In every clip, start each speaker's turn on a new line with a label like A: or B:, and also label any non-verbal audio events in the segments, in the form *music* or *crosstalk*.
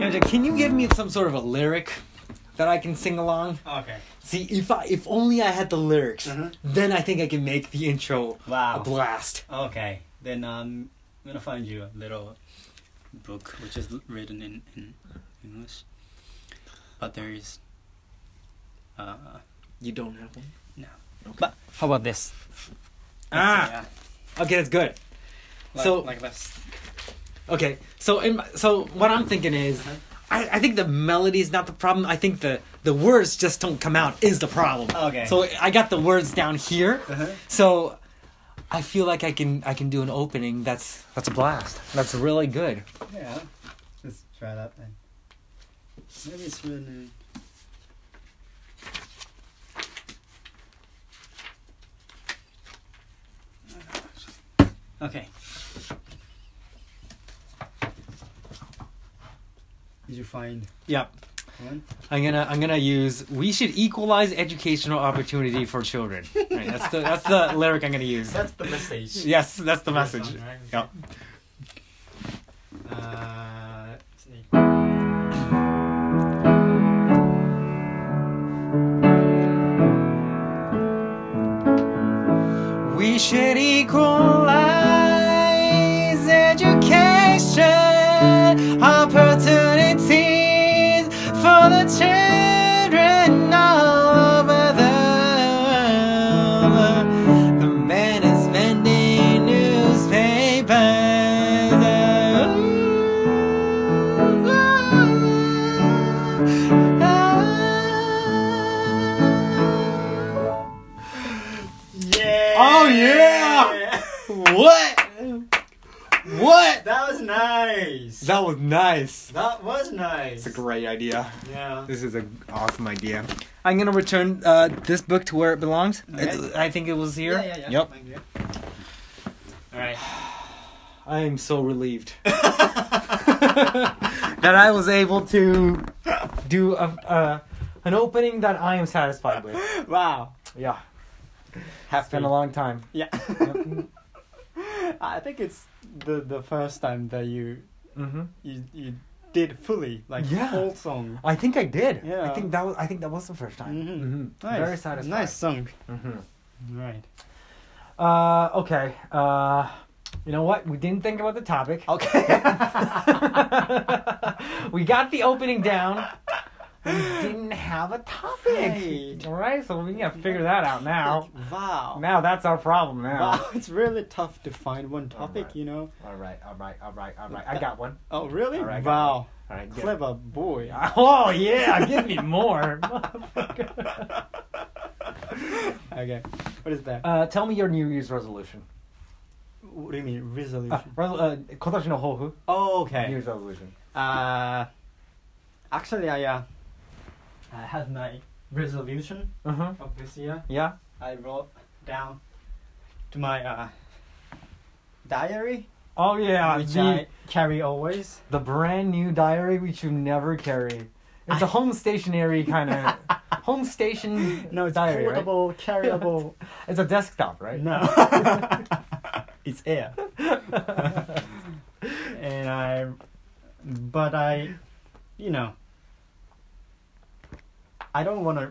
A: Ninja, can you give me some sort of a lyric that I can sing along?
B: Okay.
A: See, if I, if only I had the lyrics,
B: Mhm.
A: then I think I can make the intro
B: Wow.
A: a blast.
B: Okay. Then um, I'm gonna find you a little book which is l- written in, in English, but there is. Uh,
A: You don't have one.
B: but how about this?
A: Ah.
B: Let's say,
A: Okay, that's good.
B: uh,
A: So-
B: like, like this.
A: Okay, so in my, so what I'm thinking is,
B: Uh-huh.
A: I, I think the melody is not the problem. I think the the words just don't come out is the problem.
B: Okay.
A: So I got the words down here.
B: Uh-huh.
A: So I feel like I can I can do an opening that's that's a blast. That's really good.
B: Yeah. Let's try that then. Maybe it's written. In... Okay. Did you find
A: Yep.
B: one?
A: I'm gonna I'm gonna use we should equalize educational opportunity for children. Right, that's the that's the lyric I'm gonna use.
B: That's the message.
A: Yes, that's the message. Yep.
B: Uh,
A: We should equalize education opportunities for the children all over the world. The man is vending newspapers.
B: yeah!
A: Oh, yeah! What? What?
B: that was nice.
A: That was nice.
B: That was nice.
A: It's a great idea.
B: yeah.
A: This is an awesome idea. I'm gonna return uh, this book to where it belongs. Uh,
B: Okay.
A: I think it was here.
B: Yeah, yeah, yeah.
A: Yep.
B: All right.
A: I am so relieved *laughs* that I was able to do a, uh, an opening that I am satisfied with.
B: *laughs* wow.
A: Yeah, it's
B: Happy.
A: been a long *laughs* time.
B: yeah. *laughs*
A: Yep.
B: I think it's the the first time that you
A: Mm-hmm.
B: you you did fully like
A: Yeah.
B: whole song.
A: I think I did. I
B: Yeah.
A: think that was. I think that was the first time.
B: Mhm.
A: Mm-hmm.
B: Nice.
A: Very satisfied.
B: Nice song.
A: Mm-hmm.
B: Right.
A: Uh, okay. Uh, you know what? We didn't think about the topic.
B: Okay.
A: *laughs*
B: *laughs*
A: we got the opening down. We didn't have a topic.
B: Right.
A: All right, so we gotta figure that out now.
B: Wow.
A: Now that's our problem now.
B: Wow. *laughs* It's really tough to find one topic,
A: Alright.
B: you know.
A: All right, all right, all right, all right. I got one. *laughs*
B: Oh really?
A: Alright, I got
B: wow.
A: All right, good.
B: Clever
A: *laughs*
B: boy. *laughs*
A: Oh yeah, give me more. *laughs* motherfucker.
B: okay. What is that?
A: uh, tell me your New Year's resolution.
B: what do you mean resolution?
A: Uh, resol- uh, 今年の抱負? New
B: oh okay.
A: Year's resolution.
B: Uh, actually, I uh, I had my resolution
A: Uh huh.
B: of this year.
A: Yeah.
B: I wrote down to my uh, diary,
A: Oh yeah.
B: which
A: the-
B: I carry always.
A: the brand new diary which you never carry. It's a
B: I-
A: home stationary kind
B: *laughs*
A: of home station.
B: No, it's
A: diary, right?
B: portable, carryable.
A: It's a desktop, right?
B: *laughs*
A: *laughs*
B: No, it's air. *laughs* And I, but I, you know, I don't want to.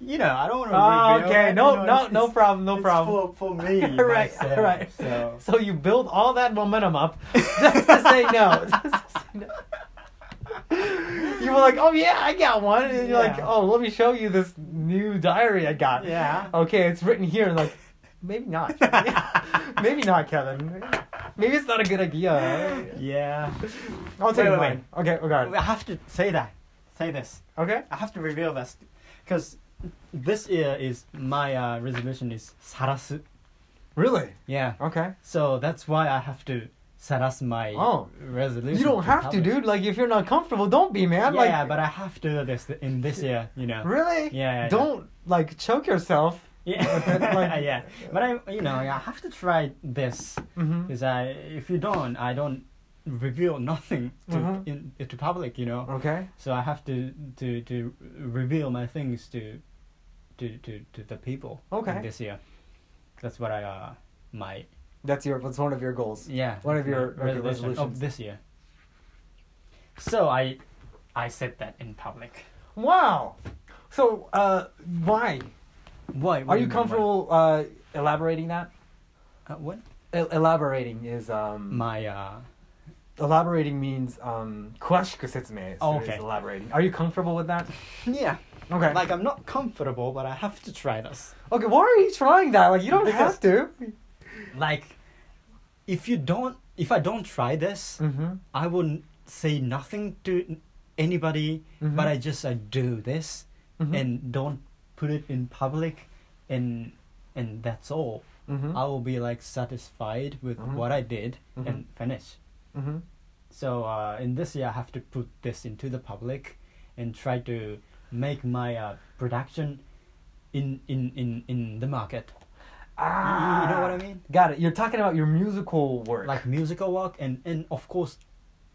B: You know, I don't want to.
A: oh,
B: reveal
A: okay.
B: that,
A: No,
B: you know,
A: no,
B: it's-
A: no
B: it's-
A: problem. No
B: it's
A: problem.
B: For, for me,
A: *laughs* right,
B: myself,
A: right.
B: So.
A: So you build all that momentum up just to say no. *laughs* Just to say no. *laughs* You were like, oh yeah, I got one, and you're like,
B: Yeah.
A: oh, let me show you this new diary I got.
B: Yeah.
A: Okay, it's written here. Like, maybe not.
B: *laughs*
A: maybe not, Kevin. Maybe it's not a good
B: *laughs*
A: idea.
B: Yeah.
A: I'll take
B: Wait, wait,
A: mine. Okay, okay,
B: I have to say that. Say this.
A: okay.
B: I have to reveal this, because this year is my uh, resolution is sarasu.
A: Really?
B: Yeah.
A: Okay.
B: So that's why I have to sarasu my
A: Oh.
B: resolution.
A: You don't have to,
B: public.
A: dude. Like, if you're not comfortable, don't be, man.
B: yeah,
A: like,
B: yeah, but I have to do this in this year. You know.
A: really?
B: Yeah, yeah, yeah.
A: don't like choke yourself.
B: Yeah. *laughs*
A: Like-
B: yeah.
A: *laughs*
B: But I, you know, I have to try this
A: Mm-hmm.
B: because I, if you don't, I don't reveal nothing to
A: Mhm.
B: in, to public. You know.
A: Okay.
B: So I have to to to reveal my things to to to, to the people.
A: Okay.
B: in This year, that's what I uh my
A: That's your. That's one of your goals.
B: yeah
A: One of your-
B: my
A: okay,
B: resolution
A: resolutions.
B: of this year. So I I said that in public.
A: Wow. So, uh, why?
B: Mm, Why?
A: Are you comfortable uh, elaborating that?
B: Uh, what?
A: El- elaborating is um,
B: My uh,
A: elaborating means um, 詳しく説明する
B: Oh,
A: is
B: okay.
A: elaborating. Are you comfortable with
B: *laughs*
A: that?
B: yeah.
A: Okay.
B: Like I'm not comfortable, but I have to try this.
A: okay. Why are you trying that? Like you don't
B: Because-
A: have to.
B: Like, if you don't, if I don't try this,
A: Mm-hmm.
B: I will say nothing to anybody.
A: Mhm.
B: But I just I do this
A: Mhm.
B: and don't put it in public, and and that's all.
A: Mm-hmm.
B: I will be like satisfied with
A: Mhm.
B: what I did
A: Mhm.
B: and finish.
A: Mm-hmm.
B: So uh, in this year, I have to put this into the public and try to make my uh, production in, in, in, in the market. You,
A: Ah.
B: you know what I mean?
A: Got it. You're talking about your musical work.
B: Like musical work and, and of course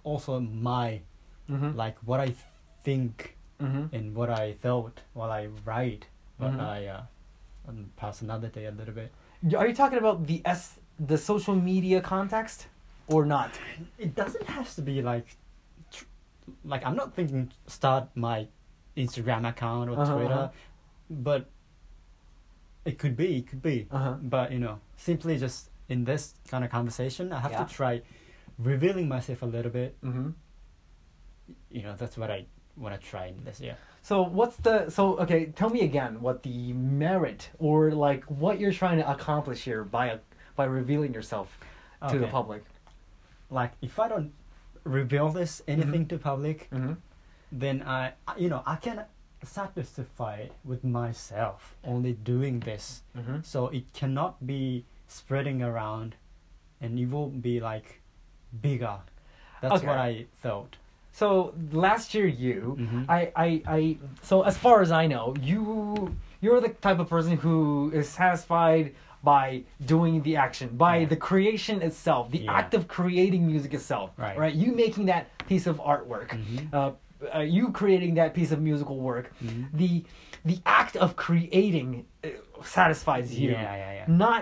B: also my
A: Mm-hmm.
B: like what I think
A: mm-hmm.
B: and what I thought while I write what
A: Mhm.
B: I uh, um, personality a little bit.
A: Are you talking about the s the social media context or not?
B: It doesn't have to be like tr- like I'm not thinking start my Instagram account or
A: Uh-huh,
B: Twitter,
A: uh-huh.
B: but it could be it could be.
A: Uh-huh.
B: but you know simply just in this kind of conversation i have
A: Yeah.
B: to try revealing myself a little bit
A: Mm-hmm.
B: you know that's what i want to try in this year
A: So what's the so okay? Tell me again what the merit or like what you're trying to accomplish here by by revealing yourself to the
B: Okay.
A: public.
B: like if i don't reveal this anything to public
A: Mm-hmm.
B: then i I- you know i can satisfy with myself only doing this
A: Mm-hmm.
B: so it cannot be spreading around and it will be like bigger that's
A: Okay.
B: what i thought
A: So last year you,
B: Mhm.
A: I, I, I, so as far as I know, you, you're the type of person who is satisfied by doing the action, by
B: Yeah.
A: the creation itself, the
B: Yeah.
A: act of creating music itself,
B: Right.
A: Right. You making that piece of artwork,
B: Mhm.
A: uh, uh, you creating that piece of musical work,
B: Mhm.
A: the, the act of creating uh, satisfies you,
B: Yeah, yeah, yeah.
A: not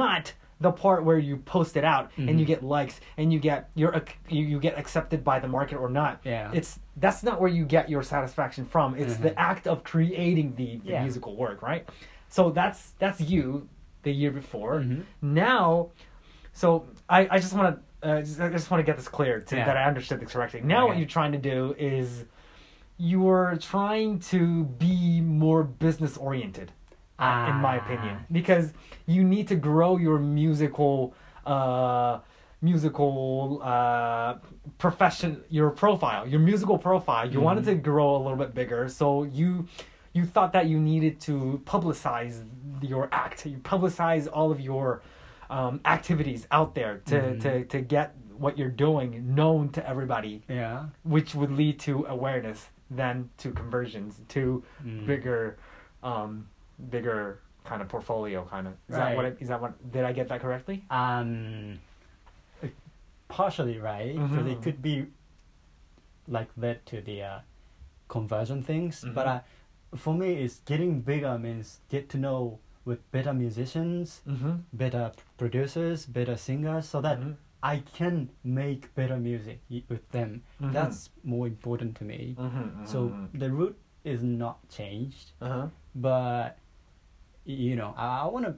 A: not the part where you post it out and you
B: Mhm.
A: get likes and you get your ac- you, you get accepted by the market or not.
B: Yeah. Mm-hmm.
A: It's that's not where you get your satisfaction from. It's the act of creating the, the
B: Yeah.
A: musical work, right? So that's that's you the year before.
B: Mhm.
A: Now so I, I just want to uh, just, I just want to get this clear to,
B: Yeah.
A: that I understood this correctly. Now what
B: Okay.
A: you're trying to do is you're trying to be more business oriented in my opinion
B: Ah.
A: because you need to grow your musical uh musical uh profession your profile your musical profile you wanted to grow a little bit bigger so you you thought that you needed to publicize your act you publicize all of your um, activities out there to, to to get what you're doing known to everybody
B: yeah
A: which would lead to awareness then to conversions to
B: Mm.
A: bigger um bigger kind of portfolio kind of is that what
B: Right.
A: it, is that what did i get that correctly
B: um partially right so they
A: Mhm.
B: could be like led to the uh, conversion things
A: Mm-hmm.
B: but uh, for me it's getting bigger means get to know with better musicians
A: mm-hmm
B: better p- producers better singers so that
A: Mhm.
B: i can make better music y- with them
A: Mhm.
B: that's more important to me
A: mm-hmm
B: so the route is not changed
A: uh-huh
B: but y- you know i, I want to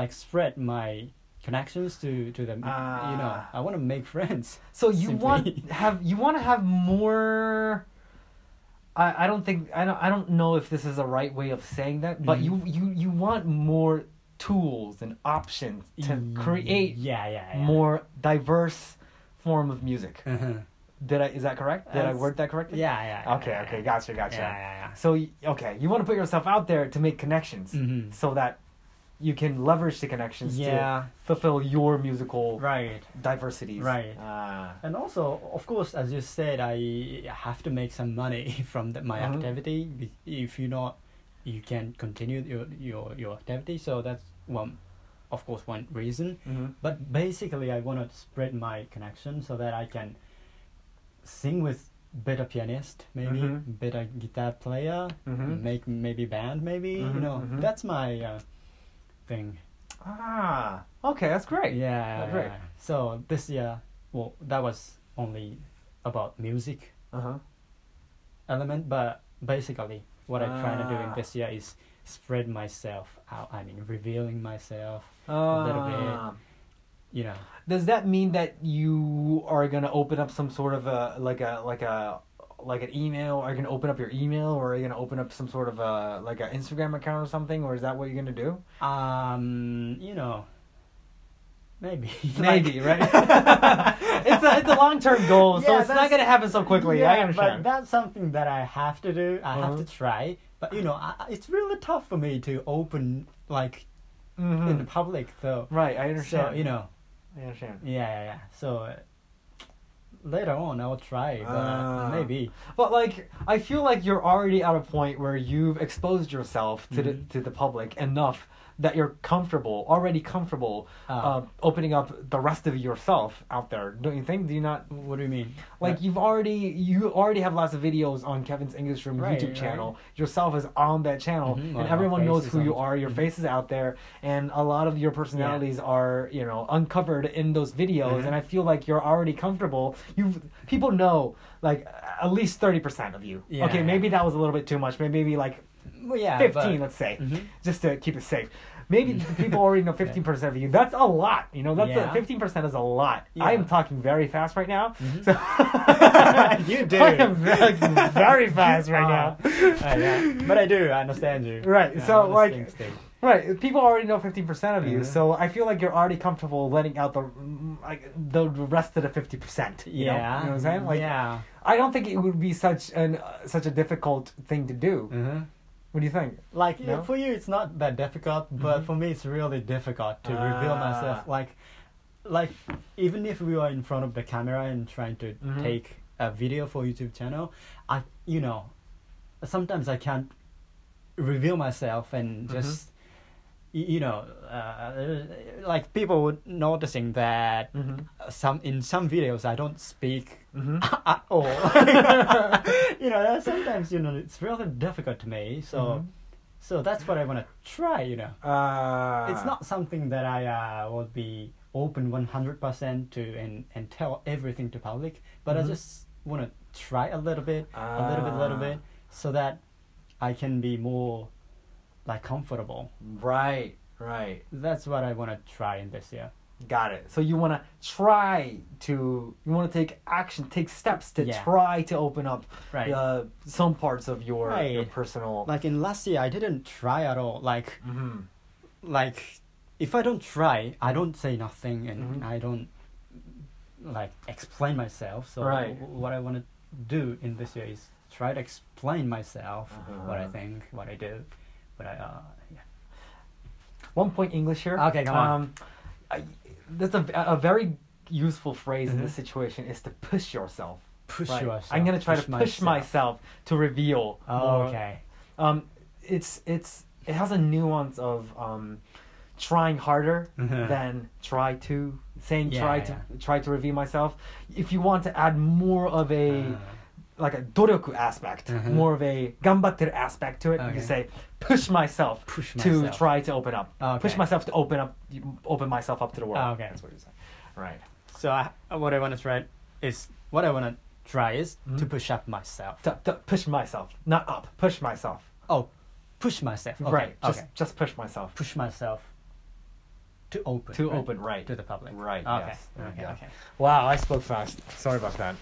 B: like spread my connections to to them you know
A: Ah.
B: i want to make friends
A: so you *laughs*
B: Simply.
A: want have you want to have more I, I don't think I don't I don't know if this is the right way of saying that, but
B: Mhm.
A: you, you you want more tools and options to
B: Y-
A: create
B: yeah yeah, yeah. *laughs*
A: more diverse form of music.
B: uh-huh.
A: Did I is that correct? Did I
B: That's-
A: word that correctly?
B: yeah yeah yeah,
A: Okay,
B: yeah,
A: okay,
B: yeah.
A: gotcha, gotcha.
B: yeah yeah,
A: So y- okay, you want to put yourself out there to make connections,
B: Mhm.
A: so that you can leverage the connections
B: yeah.
A: to fulfill your musical
B: right
A: diversities.
B: Right.
A: Ah.
B: and also of course as you said i have to make some money *laughs* from the, my
A: Mhm.
B: activity Be- if you not you can continue your your your activity so that's one of course one reason
A: Mhm.
B: But basically, I want to spread my connection so that I can sing with better pianist, maybe
A: Mhm.
B: better guitar player,
A: Mhm.
B: make maybe band, maybe
A: Mhm,
B: you know.
A: mhm.
B: That's my uh, thing.
A: Ah. Okay, that's great.
B: Yeah,
A: That's right.
B: yeah. So this year, well, that was only about music,
A: Uh huh.
B: element, but basically, what I'm trying to do in
A: Ah.
B: this year is spread myself out. I mean, revealing myself. little bit.
A: Ah.
B: You know,
A: Does that mean that you are gonna open up some sort of a like a like a like an email? Are you gonna open up your email, or are you gonna open up some sort of a like an Instagram account or something? Or is that what you're gonna do?
B: um, you know, maybe, *laughs*
A: Maybe right. it's a it's a long term goal, so
B: Yeah,
A: it's not
B: that's-
A: gonna happen so quickly. I
B: But
A: understand.
B: that's something that I have to do. I have
A: Uh-huh.
B: to try. But you know, I, I- it's really tough for me to open like
A: Mhm.
B: in the public. So,
A: Right, I understand.
B: Mm-hmm. so you know,
A: I understand.
B: yeah, yeah, yeah. So uh, later on, I'll try. But
A: Ah.
B: maybe.
A: But like, I feel like you're already at a point where you've exposed yourself to
B: Mhm.
A: the to the public enough that you're comfortable, already comfortable,
B: Ah.
A: uh, opening up the rest of yourself out there. Don't you think? Do you not?
B: What do you mean?
A: Like you've already you already have lots of videos on Kevin's English Room
B: Right,
A: YouTube
B: right.
A: channel. Yourself is on that channel,
B: Mhm, well,
A: and
B: my
A: everyone
B: face
A: knows
B: is
A: who you
B: on-
A: are. Your
B: mhm.
A: face is out there, and a lot of your personalities are you know uncovered in those videos.
B: Mhm.
A: And I feel like you're already comfortable. You people know like at least thirty percent of you.
B: Yeah,
A: okay,
B: yeah.
A: maybe that was a little bit too much. Maybe like
B: Well, yeah, but-
A: fifteen, let's say,
B: Mhm.
A: just to keep it safe.
B: *laughs*
A: Maybe people already know fifteen percent of you. That's a lot. You know,
B: Yeah.
A: that's fifteen percent is a lot.
B: Yeah.
A: I am talking very fast right now.
B: Mhm.
A: So
B: *laughs*
A: *laughs*
B: You *laughs* do.
A: I am very, *laughs*
B: *laughs*
A: very fast right
B: Ah.
A: now.
B: Ah, yeah. But I do. I understand you.
A: Right,
B: Yeah,
A: so,
B: I'm the
A: like-
B: same state.
A: Right, people already know fifteen percent of you,
B: Mhm.
A: so I feel like you're already comfortable letting out the mm, like the rest of the fifty percent.
B: Yeah.
A: know, you know what I'm saying? Like,
B: yeah.
A: I don't think it would be such an uh, such a difficult thing to do.
B: Mm-hmm.
A: What do you think?
B: like you know,
A: No?
B: for you it's not that difficult but
A: Mhm.
B: for me it's really difficult to reveal
A: Ah.
B: myself like like even if we are in front of the camera and trying to
A: Mhm.
B: take a video for youtube channel i you know sometimes i can't reveal myself and
A: Mhm.
B: just y you know uh, like people would noticing that
A: Mm-hmm.
B: some in some videos i don't speak
A: Mm-hmm.
B: *laughs* at all you know that's sometimes you know it's really difficult to me so
A: Mhm.
B: so that's what I want to try, you know.
A: Uh,
B: it's not something that I uh, would be open 100% to and, and tell everything to public, but
A: Mhm.
B: I just want to try a little bit, a little bit, a little
A: Ah.
B: bit, so that I can be more like comfortable.
A: Right, right.
B: That's what I want to try in this year.
A: Got it. So you want to try to, you want to take action, take steps to
B: Yeah.
A: try to open up
B: Right.
A: uh, some parts of your your
B: Right.
A: personal.
B: Like in last year, I didn't try at all. Like,
A: Mhm.
B: like if I don't try, I don't say nothing and
A: Mhm.
B: I don't like explain myself. So
A: Right.
B: w- what I want to do in this year is try to explain myself, what I
A: Uh-huh.
B: think, what I do, what I uh yeah.
A: One point English here.
B: Okay, come on.
A: Um, I, that's a, a very useful phrase in
B: Mhm.
A: this situation is to push yourself.
B: push
A: Right.
B: yourself.
A: I'm gonna try to push myself. to reveal.
B: Oh,
A: more.
B: okay.
A: Um, it's it's it has a nuance of um, trying harder
B: Mhm.
A: than try to saying
B: Yeah,
A: try
B: yeah.
A: to try to reveal myself. If you want to add more of a
B: Uh,
A: like a doryoku aspect,
B: Mhm.
A: more of a gambatter aspect to it, you
B: Okay.
A: say push myself
B: Push
A: to
B: myself.
A: try to open up.
B: Okay.
A: Push myself to open up, open myself up to the world.
B: Ah, okay.
A: that's what you're saying. Right.
B: so I, what I want to try is what I want to try is to
A: Mhm.
B: push up myself.
A: To, to push myself, not up. Push myself.
B: oh, push myself. Okay,
A: Right. Just
B: okay.
A: just push myself
B: push myself to open.
A: to
B: right?
A: open. Right.
B: to the public.
A: Right,
B: Okay.
A: yes. There
B: Okay.
A: you go.
B: Okay.
A: Wow, I spoke fast. Sorry about that.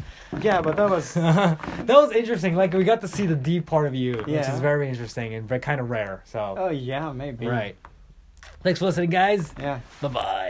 A: Yeah, but that
B: *laughs*
A: was *laughs* that was interesting. Like we got to see the deep part of you, which
B: Yeah.
A: is very interesting and very kind of rare. So
B: Oh yeah, maybe.
A: right. Thanks for listening, guys.
B: Yeah.
A: Bye bye.